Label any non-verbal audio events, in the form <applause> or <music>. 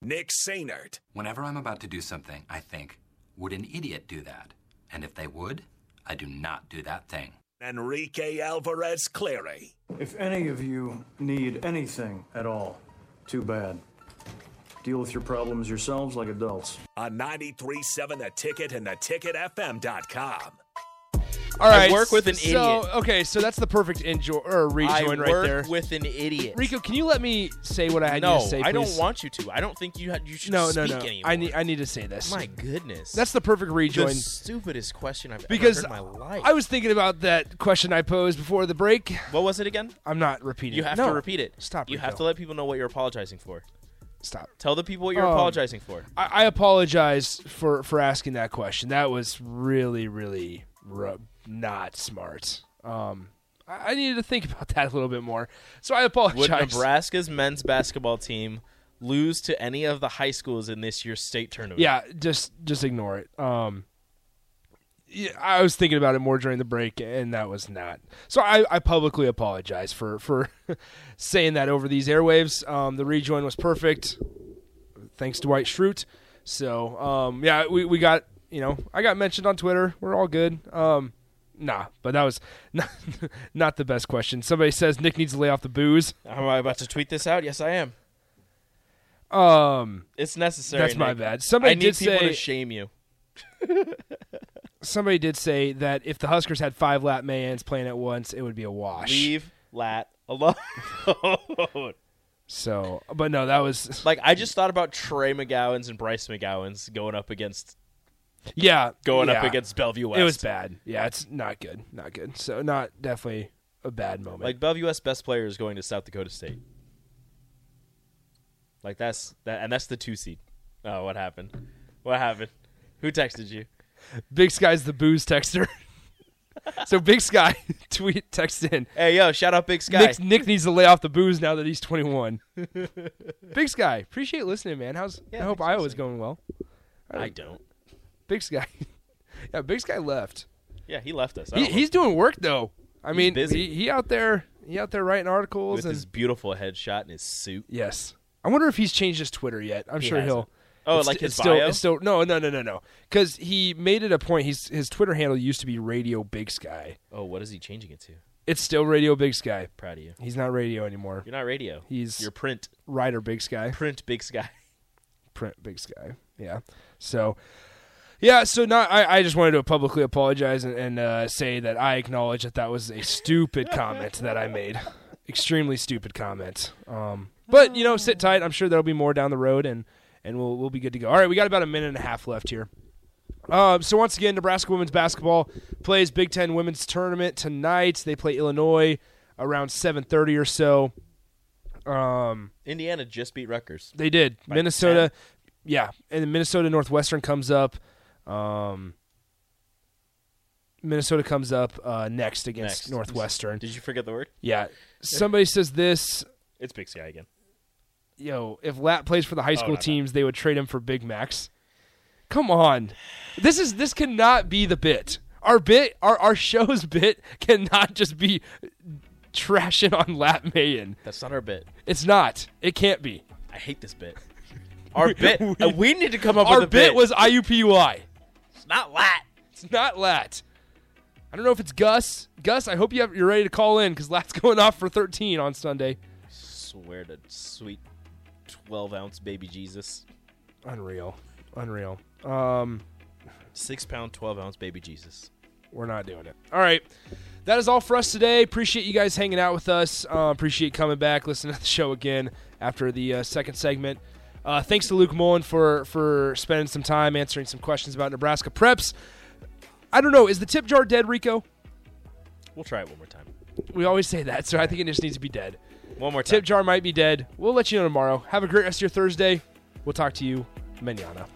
Nick Sainert. Whenever I'm about to do something, I think, would an idiot do that? And if they would, I do not do that thing. Enrique Alvarez Cleary. If any of you need anything at all, too bad. Deal with your problems yourselves like adults. On 937 The Ticket and theticketfm.com. All right. I work with an So, idiot. okay, so that's the perfect enjoy or I rejoin work right there. with an idiot. Rico, can you let me say what I had no, to say? I don't please? want you to. I don't think you ha- you should No, no, speak no. anymore. I need. I need to say this. My goodness, That's the perfect the rejoin. stupidest question I've because ever heard in my life. I was thinking about that question I posed before the break. what was it again? I'm not repeating. You it. have No. to repeat it. Stop, You Rico. have to let people know what you're apologizing for. Stop. Tell the people what you're Um, apologizing for. I, I apologize for for asking that question. That was really, really ru- not smart. Um, I, I needed to think <laughs> about that a little bit more. So I apologize. Would Nebraska's men's basketball team lose to any of the high schools in this year's state tournament? yeah, just just ignore it. Um, yeah, I was thinking about it more during the break, and that was not. So I, I publicly apologize for for <laughs> saying that over these airwaves. Um, the rejoin was perfect, thanks to Dwight Schrute. So um, yeah, we we got you know I got mentioned on Twitter. We're all good. Um, nah, but that was <laughs> not not the best question. Somebody says Nick needs to lay off the booze. Am I about to tweet this out? Yes, I am. Um, It's necessary. that's my Nick. bad. I Somebody need did people say to shame you. somebody did say that if the Huskers had five lap Mayans playing at once, it would be a wash. Leave Lat alone. <laughs> So, but no, that was like I just thought about Trey McGowan's and Bryce McGowan's going up against yeah, going up yeah. against Bellevue West. It was bad. Yeah, it's not good. Not good. So, not definitely a bad moment. Like Bellevue West best player is going to South Dakota State. Like that's that, and that's the two seed. Oh, what happened? What happened? Who texted you? Big Sky's the booze texter. <laughs> so Big Sky <laughs> tweet text in. Hey, yo! Shout out Big Sky. Nick, Nick needs to lay off the booze now that he's <laughs> 21. Big Sky, appreciate listening, man. How's I hope thanks for Iowa's listening. going well. I don't. Big Sky, <laughs> yeah, Big Sky left. Yeah, he left us. I He, don't he's doing work though. I mean, busy. He, he out there, he out there writing articles with and his beautiful headshot and his suit. yes. I wonder if he's changed his Twitter yet. I'm He sure hasn't. he'll. Oh, it's- like his it's still, bio? It's still, no, no, no, no, no. Because he made it a point. He's his Twitter handle used to be Radio Big Sky. Oh, what is he changing it to? It's still Radio Big Sky. Proud of you. He's not radio anymore. You're not radio. He's- your print. Writer Big Sky. Print Big Sky. <laughs> Print Big Sky. Yeah. So. Yeah, so not, I, I just wanted to publicly apologize and, and uh, say that I acknowledge that that was a stupid comment that I made. Extremely stupid comment. Um, but, you know, sit tight. I'm sure there'll be more down the road, and, and we'll, we'll be good to go. All right, we got about a minute and a half left here. Um, so once again, Nebraska women's basketball plays Big Ten women's tournament tonight. They play Illinois around 7:30 or so. Um, Indiana just beat Rutgers. they did. By Minnesota, yeah, and then Minnesota Northwestern comes up. Um, Minnesota comes up uh, next against Next. Northwestern. Did you forget the word? Yeah, somebody says this. It's Big Sky again. Yo, if Lat plays for the high school Oh, no, no. teams, they would trade him for Big Macs. Come on, this is this cannot be the bit. Our bit, our our show's <laughs> bit cannot just be trashing on Lat Mayan. That's not our bit. It's not. It can't be. I hate this <laughs> bit. Our bit. uh, We need to come up Our with a bit, was IUPUI. It's not lat. It's not Lat. I don't know if it's Gus. Gus, I hope you have, you're ready to call in because Lat's <laughs> going off for 13 on Sunday. Swear to sweet twelve ounce baby Jesus. Unreal, unreal. Um, Six pound twelve ounce baby Jesus. we're not doing it. All right. That is all for us today. Appreciate you guys hanging out with us. Uh, appreciate coming back, listening to the show again after the uh, second segment. Uh, thanks to Luke Mullen for for spending some time answering some questions about Nebraska preps. I don't know. Is the tip jar dead, Rico? We'll try it one more time. We always say that, so I think it just needs to be dead. One more time. Tip jar might be dead. We'll let you know tomorrow. Have a great rest of your Thursday. We'll talk to you manana.